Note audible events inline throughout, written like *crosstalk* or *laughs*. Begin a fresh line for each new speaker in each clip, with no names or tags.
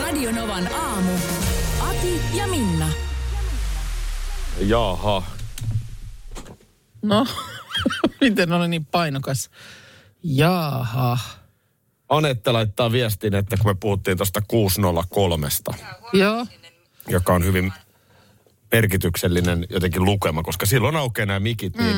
Radionovan aamu. Ati ja Minna.
Jaha.
No, *laughs* miten oli niin painokas? Jaaha.
Anette laittaa viestin, että kun me puhuttiin tuosta 603,
Joo,
joka on hyvin merkityksellinen jotenkin lukema, koska silloin aukeaa nämä mikit, niin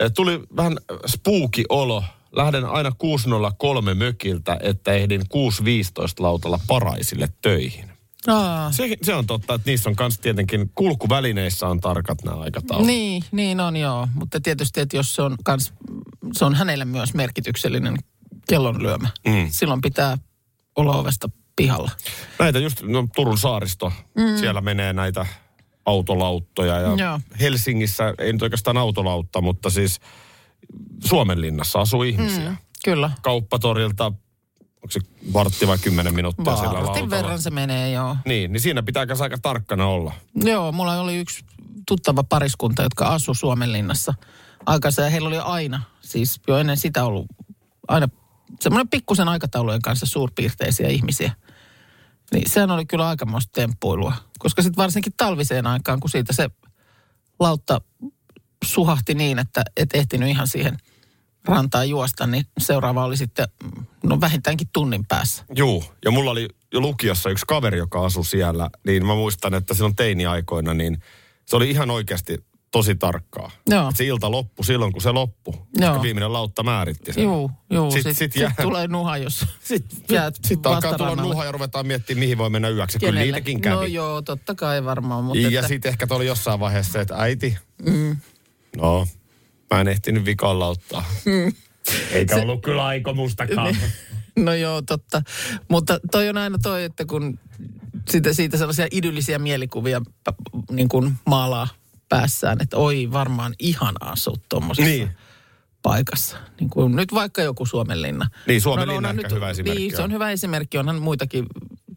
eh, tuli vähän spooki olo. Lähden aina 603 mökiltä, että ehdin 615 lautalla paraisille töihin.
Aa,
Se, se on totta, että niissä on myös tietenkin, kulkuvälineissä on tarkat nämä aikataulut.
niin, niin on joo. Mutta tietysti, että jos se on, kans, se on hänelle myös merkityksellinen kellonlyömä, mm. silloin pitää olla ovesta pihalla.
Näitä just, no Turun saaristo, mm. siellä menee näitä autolauttoja ja
Joo.
Helsingissä ei nyt oikeastaan autolautta, mutta siis Suomenlinnassa asuu ihmisiä. Mm.
Kyllä.
Kauppatorilta, onko se vartti vai kymmenen minuuttia sillä
Vartin
lautalla?
verran se menee, joo.
Niin, niin siinä pitää kanssa aika tarkkana olla.
Joo, mulla oli yksi tuttava pariskunta, jotka asui Suomenlinnassa aikaisemmin. ja Heillä oli aina, siis jo ennen sitä ollut aina semmoinen pikkusen aikataulujen kanssa suurpiirteisiä ihmisiä. Niin sehän oli kyllä aikamoista temppuilua, koska sitten varsinkin talviseen aikaan, kun siitä se lautta suhahti niin, että et ehtinyt ihan siihen rantaan juosta, niin seuraava oli sitten, no vähintäänkin tunnin päässä.
Juu, ja mulla oli jo lukiossa yksi kaveri, joka asui siellä, niin mä muistan, että silloin teiniaikoina, niin se oli ihan oikeasti tosi tarkkaa.
Joo.
Et Se ilta loppui silloin, kun se loppui, koska
Joo.
viimeinen lautta määritti sen.
Juu, juu,
Sit-
sitten
sit
sit
jää-
sit tulee nuha, jos
Sitten
jäät
sit alkaa tulla
vastarannalle.
nuha ja ruvetaan miettimään, mihin voi mennä yöksi. Kyllä
Kenelle?
niitäkin kävi.
No joo, totta kai varmaan. Mutta
ja
että,
sitten ehkä tuli jossain vaiheessa se, että äiti, mm. no, mä en ehtinyt vikalla ottaa. Mm. Eikä se... ollut kyllä aikomustakaan.
No joo, totta. Mutta toi on aina toi, että kun siitä, siitä sellaisia idyllisiä mielikuvia p- niin kuin maalaa päässään, että oi varmaan ihan asut tuommoisessa
Niin.
niin. paikassa. Niin kuin nyt vaikka joku Suomenlinna. No
Niin, Suomenlinna
onhan
ehkä hyvä esimerkki
Niin, se
on.
on hyvä esimerkki. Onhan muitakin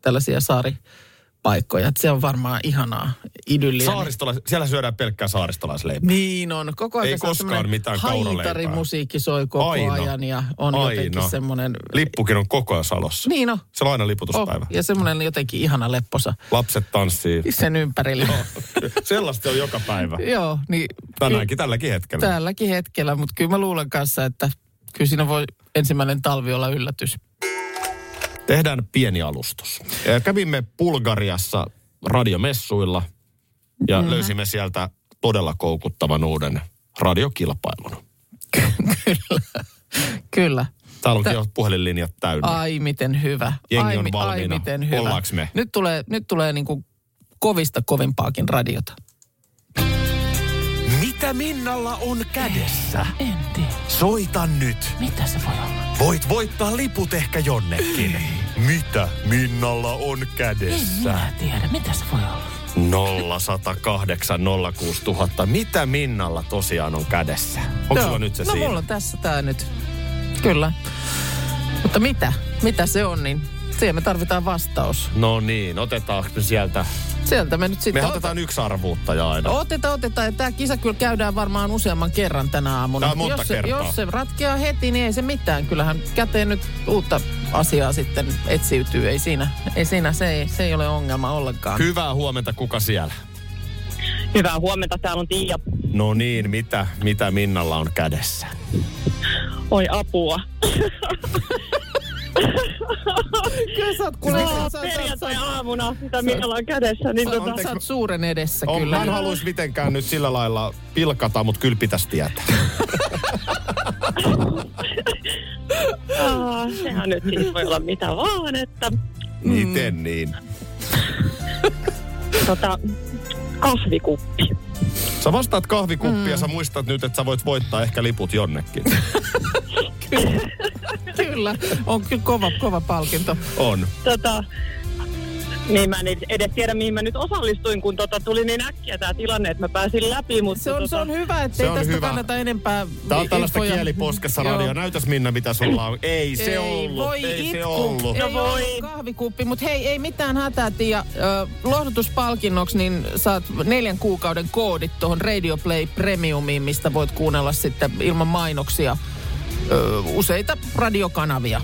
tällaisia saaripaikkoja. Että se on varmaan ihanaa idylliä.
Saaristola, siellä syödään pelkkää saaristolaisleipää.
Niin on. Koko ajan
Ei
se on
koskaan
semmoinen
mitään kauraleipää.
Haitarimusiikki soi koko
Aina.
Aina. ajan ja on Aina. jotenkin semmoinen...
Lippukin on koko ajan salossa.
Niin on.
Se on aina
Oh,
liputuspäivä.
ja semmoinen jotenkin ihana lepposa Siis
Lapset
*laughs*
tanssii.
sen ympärillä.
Sellaista on joka päivä.
*laughs* Joo, niin
Tänäänkin, tälläkin hetkellä.
tälläkin hetkellä, mutta kyllä mä luulen kanssa, että kyllä siinä voi ensimmäinen talvi olla yllätys.
Tehdään pieni alustus. Eh, Kävimme Bulgariassa radiomessuilla ja
Mm.
mm-hmm. löysimme sieltä todella koukuttavan uuden radiokilpailun.
kyllä, kyllä.
Täällä onkin jo puhelinlinjat täynnä.
Ai miten hyvä.
Jengi
ai,
on
mi-
valmiina.
Ai miten hyvä.
Ollaanko me?
Nyt tulee, nyt tulee niin kuin kovista kovimpaakin radiota.
Mitä Minnalla on kädessä?
En tiedä,
Soita nyt.
mitä se voi olla.
Voit voittaa liput ehkä jonnekin. Mitä Minnalla on kädessä?
tiedä, mitä se voi olla.
0108 06000. Mitä Minnalla tosiaan on kädessä? Onko
Joo.
sulla nyt se
no,
siinä?
mulla on tässä tää nyt. Kyllä. Mutta mitä? Mitä se on, niin siihen me tarvitaan vastaus.
No niin, otetaanko me sieltä?
Sieltä me nyt sitten...
Me otetaan yksi arvuuttaja aina.
Otetaan, otetaan. Tämä kisa kyllä käydään varmaan useamman kerran tänä aamuna.
Tää on monta
jos, se,
kertaa.
jos se ratkeaa heti, niin ei se mitään. Kyllähän käteen nyt uutta asiaa sitten etsiytyy. Ei siinä, ei siinä se, ei, se ei ole ongelma ollenkaan.
Hyvää huomenta, kuka siellä?
Hyvää huomenta, täällä on Tiia.
No niin, mitä, mitä Minnalla on kädessä?
Oi apua.
Kyllä sä oot, kuule,
Siis
sä, sä, sä, sä,
Perjantai-aamuna, mitä minulla on kädessä, niin tota...
sä, oot suuren edessä
On,
kyllä.
mä en haluaisi mitenkään nyt sillä lailla pilkata, mutta kyllä pitäisi tietää.
Aa, sehän nyt siis voi olla mitä vaan, että...
Miten niin?
Tota, kahvikuppi.
Sä vastaat kahvikuppia, mm. sä muistat nyt, että sä voit voittaa ehkä liput jonnekin.
Kyllä, on kyllä kova, kova palkinto.
*laughs* On.
Tota, niin mä en edes tiedä, mihin mä nyt osallistuin, kun tota tuli niin äkkiä tämä tilanne, että mä pääsin läpi. Mutta
Se on,
tota,
se on hyvä,
Se
ettei
on
tästä
hyvä.
kannata enempää
Tää
Niin,
on tällaista
infoja.
kieliposkessa radio.
Joo.
Näytäs Minna, mitä sulla on. Ei se
ei
ollut.
voi
ei
itku.
se ollut.
Ei
No voi.
ollut kahvikuppi, mutta hei, ei mitään hätää, Tiia. Ö, lohdutuspalkinnoksi niin saat neljän kuukauden koodit tuohon Radio Play Premiumiin, mistä voit kuunnella sitten ilman mainoksia ö, useita radiokanavia.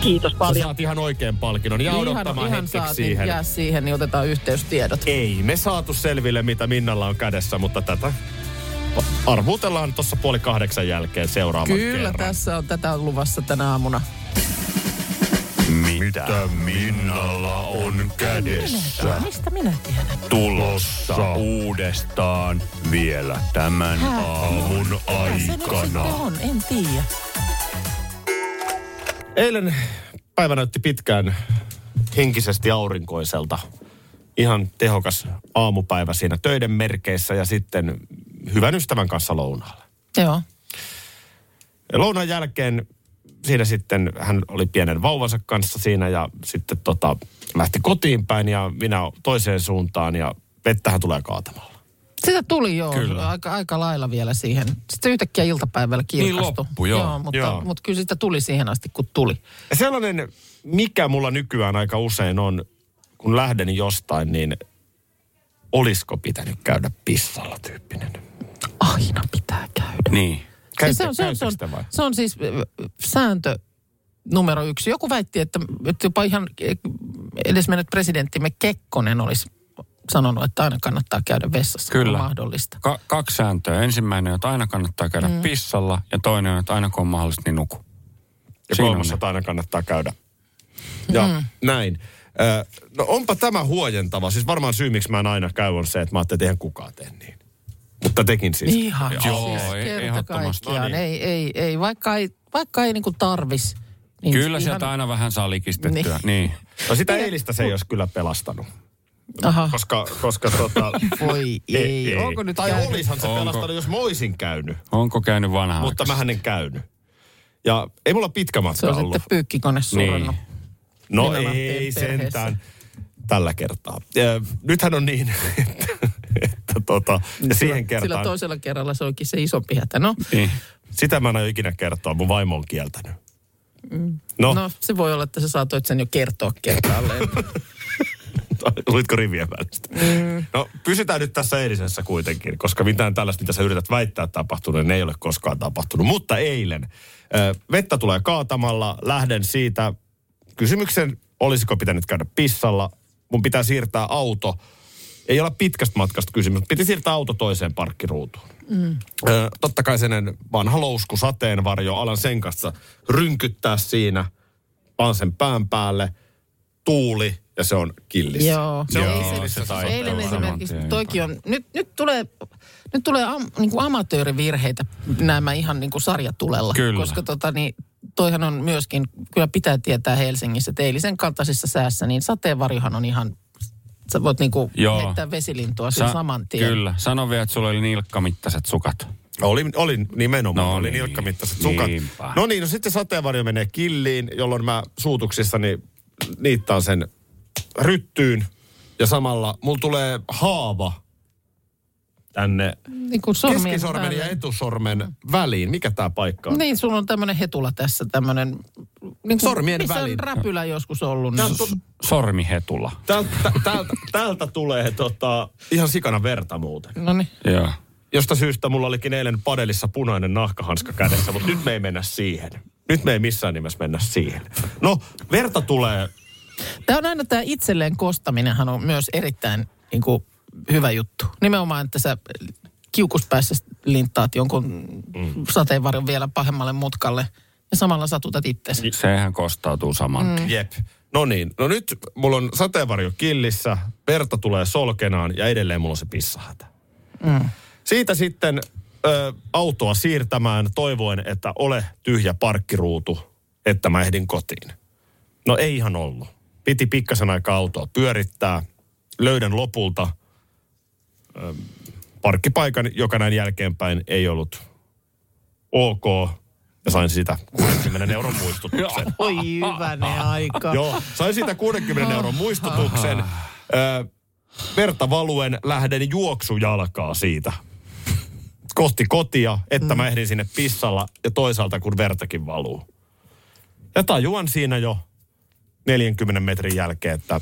Kiitos
Sä
paljon.
saat ihan oikean palkinnon. Ja odottamaan
ihan
hetkeksi
saat,
siihen.
Niin jää siihen, niin otetaan yhteystiedot.
Ei me saatu selville, mitä Minnalla on kädessä, mutta tätä arvuutellaan tuossa puoli kahdeksan jälkeen seuraavan
Kyllä,
kerran.
tässä on tätä luvassa tänä aamuna.
Mitä Minnalla on kädessä?
Mistä minä tiedän?
Tulossa uudestaan vielä tämän
Hää?
aamun
on, en tiedä.
Eilen päivä näytti pitkään henkisesti aurinkoiselta. Ihan tehokas aamupäivä siinä töiden merkeissä ja sitten hyvän ystävän kanssa lounaalle.
Joo.
Ja Lounan jälkeen siinä sitten hän oli pienen vauvansa kanssa siinä ja sitten tota, lähti kotiin päin ja minä toiseen suuntaan ja vettähän tulee kaatamalla.
Sitä tuli joo,
Kyllä.
Aika, aika lailla vielä siihen. Sitten yhtäkkiä iltapäivällä
Niin
kirkastui.
loppu, joo.
joo, mutta,
Joo.
mutta kyllä sitä tuli siihen asti, kun tuli.
Ja sellainen, mikä mulla nykyään aika usein on, kun lähden jostain, niin olisko pitänyt käydä pissalla tyyppinen.
Aina pitää käydä.
Niin.
Käytä,
se, on, se, on, se, on,
käytätkö te vai?
se on siis äh, sääntö numero yksi. Joku väitti, että, että jopa ihan eh, edesmennyt presidenttimme Kekkonen olisi sanonut, että aina kannattaa käydä vessassa, kun
Kyllä.
on mahdollista.
Ka- kaksi sääntöä. Ensimmäinen on, että aina kannattaa käydä mm. pissalla ja toinen on, että aina kun on mahdollista, niin nuku.
Ja
Siinä on
kolmas
ne.
aina kannattaa käydä. Ja mm. näin. Ö, No onpa tämä huojentava. Siis varmaan syy, miksi mä en aina käy, on se, että mä ajattelin, että eihän kukaan tee niin. Mutta tekin siis.
Ihan
Joo,
siis
ei-
kerta
ehdottomasti.
kaikkiaan.
No niin.
Ei, ei, ei, vaikka ei, vaikka ei niinku tarvis. Niin
Kyllä sieltä aina vähän saa likistettyä. Niin.
No sitä eilistä se ei olisi kyllä pelastanut.
Aha.
Koska, koska tota...
Voi ei.
Onko nyt tai
käynyt?
olisahan se
Onko?
pelastanut, jos mä oisin käynyt.
Onko käynyt vanha
Mutta mä en käynyt. Ja ei mulla pitkä
Se
matka
on
ollut.
sitten pyykikone surannut.
Niin.
No
Millä
ei
lähtee perheessä?
sentään tällä kertaa. Ö, nythän on niin, *laughs* että, että tota, ja siihen
Sillä
kertaan,
toisella kerralla se onkin se isompi hätä. No,
Niin.
sitä mä en ole ikinä kertoa, mun vaimo on kieltänyt.
no.
No, no.
no, se voi olla, että sä saatoit sen jo kertoa kertaalleen.
*laughs* luitko rivien välistä? Mm. No, pysytään nyt tässä eilisessä kuitenkin, koska mitään tällaista, mitä sä yrität väittää tapahtuneen, niin ei ole koskaan tapahtunut. Mutta eilen ö, vettä tulee kaatamalla, lähden siitä kysymyksen, olisiko pitänyt käydä pissalla, mun pitää siirtää auto. Ei ole pitkästä matkasta kysymys, piti siirtää auto toiseen parkkiruutuun. Ö, totta kai sen vanha lousku sateenvarjo, alan sen kanssa rynkyttää siinä, pan sen pään päälle, tuuli ja se on killissä.
Joo.
Se on
Joo,
killissä
se niin
tai
taitaa
Eilen
Joo,
esimerkiksi,
saman tien
toikin on, nyt, nyt tulee, nyt tulee am, niin kuin amatöörivirheitä nämä ihan niin kuin sarjatulella.
Kyllä.
Koska tota, niin, toihan on myöskin, kyllä pitää tietää Helsingissä, että eilisen kaltaisissa säässä, niin sateenvarjohan on ihan, sä voit niin kuin
Joo.
heittää vesilintua sen
Sa-
saman tien.
Kyllä. Sano vielä, että sulla oli nilkkamittaiset sukat.
Olin, olin nimenomaan, no,
No
oli
niin.
nilkkamittaiset sukat.
Niinpä.
No niin, no sitten sateenvarjo menee killiin, jolloin mä suutuksissani niittaan sen ryttyyn. Ja samalla mulla tulee haava tänne
Niin kuin sormien
keskisormen ja
päälle.
etusormen väliin. Mikä tämä paikka on?
Niin, sulla on tämmöinen hetula tässä, tämmöinen... Niin
Sormien
missä
väliin.
on räpylä joskus ollut?
Tää
Niin,
on tu-
Sormihetula.
Tältä, tältä, tältä tulee tota, ihan sikana verta muuten.
no niin.
Joo.
Josta syystä mulla olikin eilen padelissa punainen nahkahanska kädessä, mutta nyt me ei mennä siihen. Nyt me ei missään nimessä mennä siihen. No, verta tulee
Tämä on aina tämä itselleen kostaminenhan on myös erittäin niin kuin, hyvä juttu. Nimenomaan, että sä kiukuspäässä linttaat jonkun mm. sateenvarjon vielä pahemmalle mutkalle ja samalla satutat itsesi.
Sehän kostautuu saman
Mm.
tien.
Jep. No niin, no nyt mulla on sateenvarjo killissä, verta tulee solkenaan ja edelleen mulla on se pissahätä. Mm. Siitä sitten ö, autoa siirtämään toivoen, että ole tyhjä parkkiruutu, että mä ehdin kotiin. No ei ihan ollut. Piti pikkasen aikaa autoa pyörittää. Löydän lopulta ö, parkkipaikan, joka näin jälkeenpäin ei ollut ok. Ja sain sitä 60 euron muistutuksen.
Oi
*laughs*
hyvänä aika.
Joo, sain siitä 60 euron muistutuksen. Ö, verta valuen lähden juoksujalkaa siitä. Kohti kotia, että mä ehdin sinne pissalla ja toisaalta kun vertakin valuu. Ja tajuan siinä jo 40 metrin jälkeen, että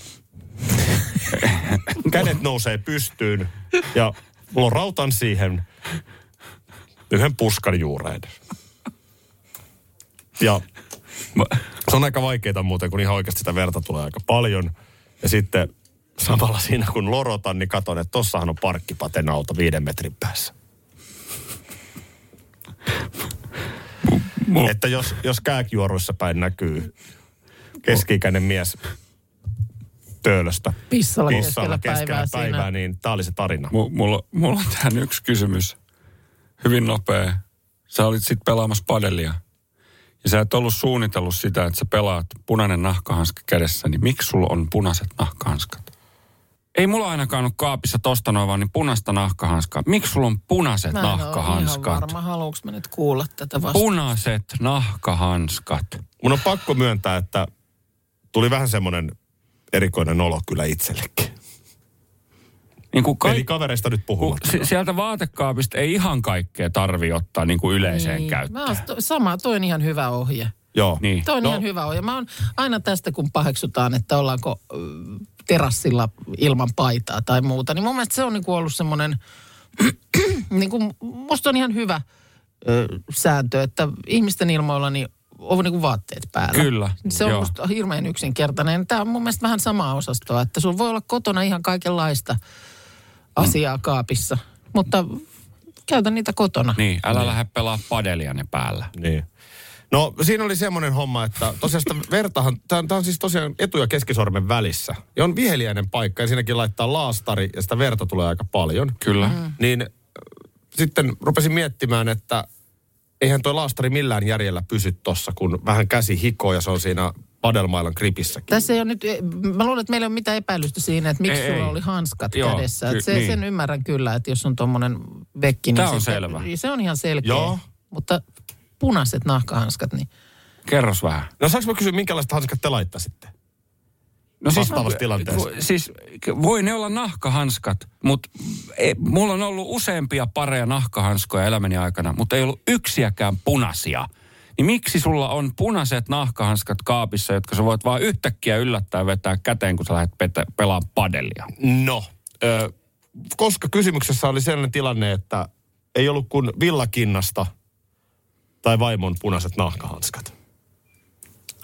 *laughs* kädet nousee pystyyn ja lorautan siihen yhden puskan juureen. Ja se on aika vaikeaa muuten, kun ihan oikeasti sitä verta tulee aika paljon. Ja sitten samalla siinä, kun lorotan, niin katon, että tossahan on parkkipaten auto viiden metrin päässä.
Mu-
Että jos, jos kääkijuoruissa päin näkyy keski-ikäinen mies töölöstä
Pissalla
pissalla
keskellä
keskellä
päivää
päivää,
siinä.
niin tämä oli se tarina.
M- mulla, mulla on tähän yksi kysymys. Hyvin nopea. Sä olit sitten pelaamassa padelia. Ja sä et ollut suunnitellut sitä, että sä pelaat punainen nahkahanska kädessä, niin miksi sulla on punaiset nahkahanskat? Ei mulla ainakaan ole kaapissa tosta noin vaan niin punaista nahkahanskaa. Miksi sulla on punaiset
Mä en oo ihan
nahkahanskat?
varma, haluanko mä nyt kuulla tätä vasta.
Punaiset nahkahanskat.
Mun on pakko myöntää, että tuli vähän semmoinen erikoinen olo kyllä itsellekin.
Niin kuin
Eli
kaikki,
kavereista nyt
kun
puhumatta.
si- sieltä vaatekaapista ei ihan kaikkea tarvi ottaa niin kuin yleiseen käyttöön.
Mä oon, to- sama, toi on ihan hyvä ohje.
Joo.
Niin.
Toi on no. ihan hyvä ohje. Mä oon aina tästä, kun paheksutaan, että ollaanko ö, terassilla ilman paitaa tai muuta, niin mun mielestä se on niinku ollut semmoinen, *clears throat* niinku, musta on ihan hyvä ö, sääntö, että ihmisten ilmoilla niin on niinku vaatteet päällä.
Kyllä,
Se on
joo.
musta hirveän yksinkertainen. Tämä on mun mielestä vähän samaa osastoa, että sulla voi olla kotona ihan kaikenlaista asiaa kaapissa, mutta käytä niitä kotona.
Niin, älä lähde pelaa padelia ne päällä.
Niin. No siinä oli semmoinen homma, että tosiaan sitä vertahan, tämä on siis tosiaan etu- ja keskisormen välissä. Ja on viheliäinen paikka ja siinäkin laittaa laastari ja sitä verta tulee aika paljon.
Kyllä. Mm.
Niin äh, sitten rupesin miettimään, että eihän toi laastari millään järjellä pysy tossa, kun vähän käsi hikoo ja se on siinä padelmailan kripissäkin.
Tässä ei ole nyt, mä luulen, että meillä ei ole mitään epäilystä siinä, että miksi
Ei,
ei, sulla
ei.
oli hanskat
Joo,
Joo, kädessä.
ky-
Että se,
niin.
niin. Sen ymmärrän kyllä, että jos on tuommoinen vekki,
Tää
niin
on
sitten-
selvä.
niin se on ihan selkeä.
Joo.
Joo. Mutta punaiset nahkahanskat, niin
Kerros vähän.
No saanko mä kysyä, minkälaista hanskat te laittaisitte?
No
Vastaavassa tilanteessa.
vo- Siis voi ne olla nahkahanskat, mutta ei, mulla on ollut useampia pareja nahkahanskoja elämäni aikana, mutta ei ollut yksiäkään punaisia. Niin miksi sulla on punaiset nahkahanskat kaapissa, jotka sä voit vaan yhtäkkiä yllättää vetää käteen, kun sä lähdet petä, pelaamaan padelia?
No, ö, koska kysymyksessä oli sellainen tilanne, että ei ollut kuin villakinnasta tai vaimon punaiset nahkahanskat.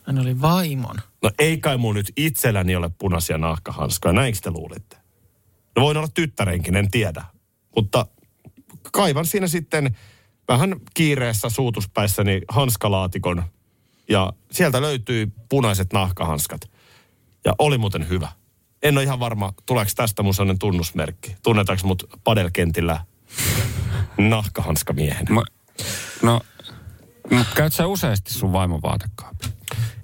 hän oli vaimon.
No ei kai mun nyt itselläni ole punaisia nahkahanskoja, näinkö te luulitte? No voin olla tyttärenkin, en tiedä. Mutta kaivan siinä sitten vähän kiireessä suutuspäissäni hanskalaatikon ja sieltä löytyy punaiset nahkahanskat. Ja oli muuten hyvä. En ole ihan varma, tuleeko tästä mun sellainen tunnusmerkki. Tunnetaanko mut padelkentillä nahkahanskamiehenä?
Mä, no, mut käyt sä useasti sun vaimon vaatekaapissa?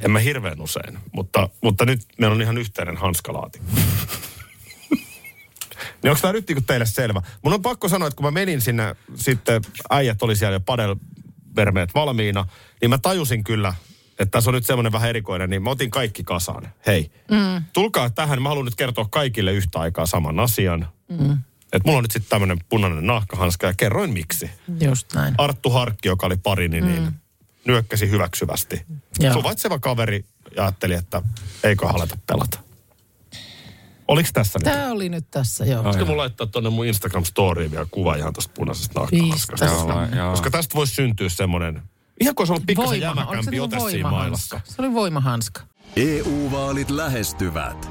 En mä hirveän usein, mutta, mutta nyt meillä on ihan yhteinen hanskalaatikko. niin onko tämä nyt niinku teille selvä? Mun on pakko sanoa, että kun mä menin sinne, sitten äijät oli siellä jo padelvermeet valmiina, niin mä tajusin kyllä, että tässä on nyt semmoinen vähän erikoinen, niin mä otin kaikki kasaan. Hei, mm. tulkaa tähän, mä haluan nyt kertoa kaikille yhtä aikaa saman asian. Mm. Että mulla on nyt sitten tämmöinen punainen nahkahanska ja kerroin miksi.
Just näin.
Arttu Harkki, joka oli parini, niin nyökkäsi hyväksyvästi.
Mm. Joo.
Suvaitseva kaveri ja ajatteli, että eikö halata pelata. Oliko tässä nyt?
Tämä oli nyt tässä, joo.
Pitäisikö mun laittaa tuonne mun Instagram-storiin vielä kuva ihan tuosta punaisesta nahkahanskasta?
Pistä
Joo, joo.
Koska tästä voisi syntyä semmoinen, ihan kuin se ollut pikkasen
Voima, oliko se
jämäkämpi ote
niinku
siinä mailassa.
voimahanska? Se oli voimahanska.
EU-vaalit E lähestyvät.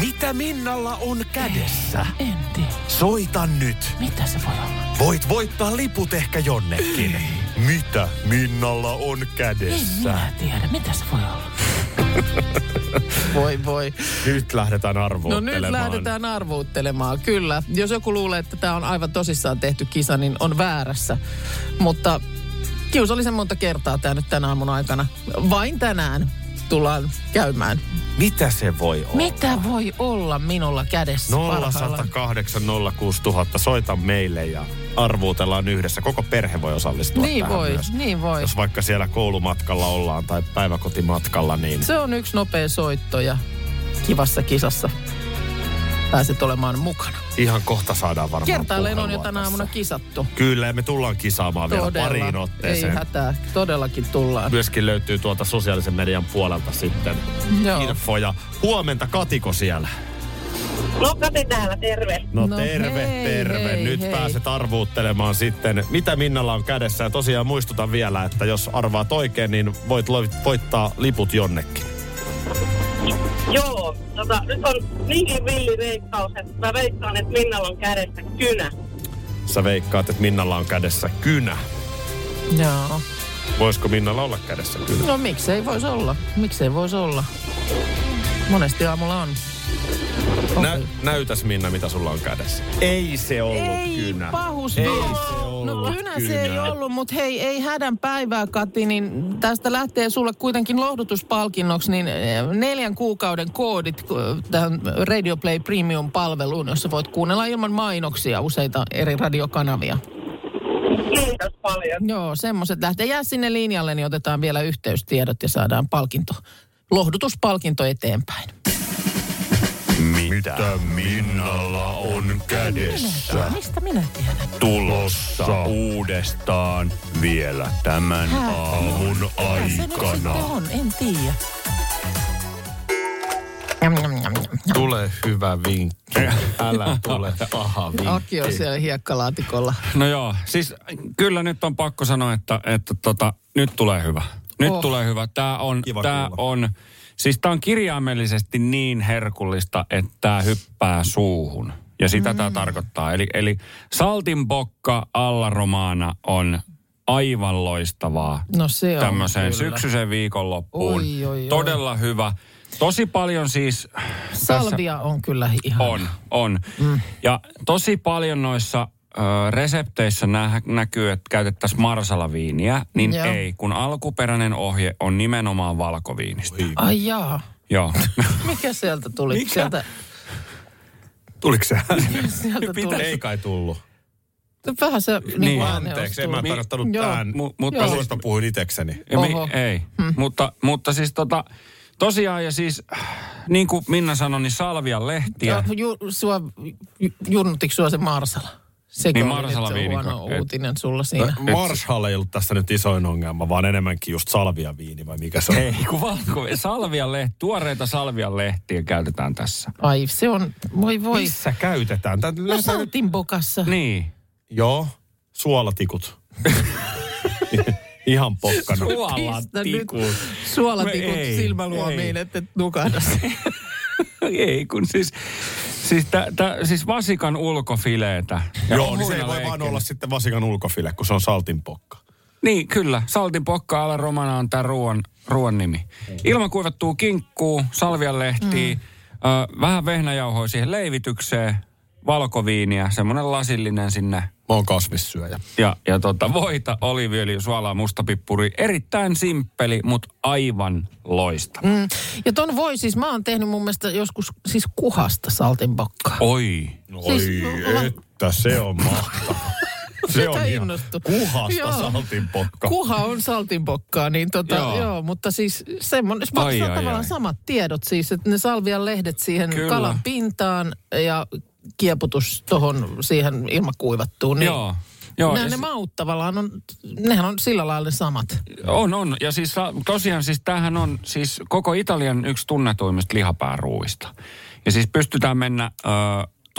Mitä Minnalla on kädessä?
En tiedä.
Soita nyt.
Mitä se voi olla?
Voit voittaa liput ehkä jonnekin. Mitä Minnalla on
En
kädessä?
minä tiedä. Mitä se voi olla? voi voi.
Nyt lähdetään
No
arvoittelemaan.
nyt lähdetään arvuuttelemaan, kyllä. Jos joku luulee, että tämä on aivan tosissaan tehty kisa, niin on väärässä. Mutta kiusallisen monta kertaa tämä nyt tänä aamun aikana. Vain tänään tullaan käymään.
Mitä se voi olla?
Mitä voi olla minulla kädessä parhaillaan?
0108 06000. Soita meille ja arvuutellaan yhdessä. Koko perhe voi osallistua
Niin
tähän
voi,
myös.
niin voi.
Jos vaikka siellä koulumatkalla ollaan tai päiväkotimatkalla, niin
Se on yksi nopea soitto ja kivassa kisassa pääset olemaan mukana.
ihan kohta saadaan varmaan
Kertaalleen on jo
puhelua
tänä
tässä.
aamuna kisattu.
Kyllä, ja me tullaan kisaamaan vielä pariin otteeseen.
Ei hätää, todellakin tullaan.
Myöskin löytyy tuolta sosiaalisen median puolelta sitten
Joo.
infoja. Huomenta Katiko siellä.
No Kati täällä, terve.
No,
No
terve,
hei,
terve.
hei,
Nyt
hei.
pääset arvuuttelemaan sitten, mitä Minnalla on kädessä. Ja tosiaan muistutan vielä, että jos arvaat oikein, niin voit lo- voittaa liput jonnekin.
Joo, tota, nyt on niinkin villi veikkaus, että mä veikkaan, että Minnalla on kädessä kynä.
Sä veikkaat, että Minnalla on kädessä kynä.
Joo.
Voisiko Minnalla olla kädessä kynä?
No miksei voisi olla, miksei voisi olla. Monesti aamulla on.
Nä- näytäs Minna, mitä sulla on kädessä. Ei se ollut
Ei
kynä.
pahus
Ei
vielä.
se ollut
No kynä, se ei
kynä.
ollut, mutta hei, ei hädän päivää Kati, niin tästä lähtee sulle kuitenkin lohdutuspalkinnoksi niin eh, neljän kuukauden koodit eh, tähän Radio Play Premium-palveluun, jossa voit kuunnella ilman mainoksia useita eri radiokanavia.
Kiitos paljon.
Joo, semmoiset lähtee. Jää sinne linjalle, niin otetaan vielä yhteystiedot ja saadaan palkinto, lohdutuspalkinto eteenpäin.
Mitä Minnalla on kädessä?
Mistä minä tiedän?
Tulossa uudestaan vielä tämän
Hää?
aamun
Mitä se nyt sitten
aikana.
on? En tiedä.
Tule hyvä vinkki. Älä tule paha vinkki.
Aki on siellä hiekkalaatikolla.
No joo, siis kyllä nyt on pakko sanoa, että, että tota, nyt tulee hyvä. Nyt
Oh.
oh. tulee hyvä. Tämä on,
Kiva
tää
kuulla.
on, siis tämä on kirjaimellisesti niin herkullista, että tämä hyppää suuhun. Ja sitä mm. tämä tarkoittaa. Eli, eli saltinbokka alla romana on aivan loistavaa
No se on
tämmöiseen
kyllä.
syksyiseen viikonloppuun.
Oi, oi, oi.
Todella hyvä. Tosi paljon siis... tässä-
Salvia on kyllä ihan.
on, on. Mm. Ja tosi paljon noissa ö, resepteissä nä- näkyy, että käytettäisiin marsalaviiniä, niin
Joo.
Joo. ei, kun alkuperäinen ohje on nimenomaan valkoviinistä. Oi.
Ai jaa. *laughs*
Joo.
Mikä sieltä tuli?
Mikä?
Sieltä,
Tuliko se
sieltä tuli.
Ei kai tullut.
Vähän se niin,
Niin.
niin
Anteeksi, en mä tarkoittanut
Joo.
tämän.
Mu- mutta
Joo.
Mä luulen, että mä puhuin itekseni.
Ja
Oho.
ei, hmm. mutta, mutta siis tota, tosiaan ja siis, niin kuin Minna sanoi, niin salvian lehtiä. *laughs*
Ja No, ju, sua, ju, junnutiko sua se Marsala? Sekin
Niin,
oli nyt
Marsala
se
viinikko.
huono
Et- No.
uutinen sulla siinä.
Marshall ei ollut tässä nyt isoin ongelma, vaan enemmänkin just salviaviini vai mikä se on.
Ei, kun Niin valko, salvian lehti, tuoreita salvian lehtiä käytetään tässä.
Ai se on, voi voi.
Missä käytetään? Tää, no,
No Saltin bokassa.
Niin.
Joo, suolatikut. *laughs* Ihan pokkana.
Pistä nyt
Suolatikut.
Suolatikut
No Ei,
silmäluomiin,
ei.
ettei nukahda siihen.
*laughs* Ei kun siis, siis, tä, tä, siis vasikan ulkofileetä. Ja
Joo, niin se ei
muina
voi
leikin.
vaan olla sitten vasikan ulkofile, kun se on saltin pokka.
Niin, kyllä. Saltin pokka alla romana on tämä ruoan, ruoan nimi. Ilman kuivattua kinkkuu, salvianlehtiä, mm. ö, vähän vehnäjauhoa siihen leivitykseen valkoviiniä, semmoinen lasillinen sinne.
Mä oon kasvissyöjä.
Ja, ja tota, voita, oliviöljy, suolaa, mustapippuri. Erittäin simppeli, mutta aivan loistava. Mm.
Ja ton voi siis, mä oon tehnyt mun mielestä joskus siis kuhasta saltinpokkaa.
Oi.
Siis,
Oi, No että se on mahtavaa. *laughs* Se
Siitä
on ihan
innostui.
kuhasta
Joo.
saltinpokka.
Kuha on saltinpokkaa, niin tota,
Joo.
joo. joo. mutta siis semmoinen, se
Ai,
maksaa
ai,
tavallaan
ai.
samat tiedot siis, että ne salvian lehdet siihen
Kyllä.
Kyllä. kalan pintaan ja kieputus tohon siihen ilmakuivattuun. Niin
Joo. Joo,
Nämä
ja
ne
se-
maut tavallaan on, nehän on sillä lailla ne samat.
On, on. Ja siis sa- tosiaan siis tämähän on siis koko Italian yksi tunnetuimmista lihapääruuista. Ja siis pystytään mennä ö,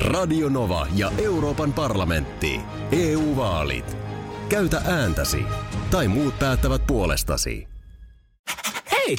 Radio Nova ja Euroopan parlamentti. EU-vaalit. Käytä ääntäsi. Tai muut päättävät puolestasi.
Hei!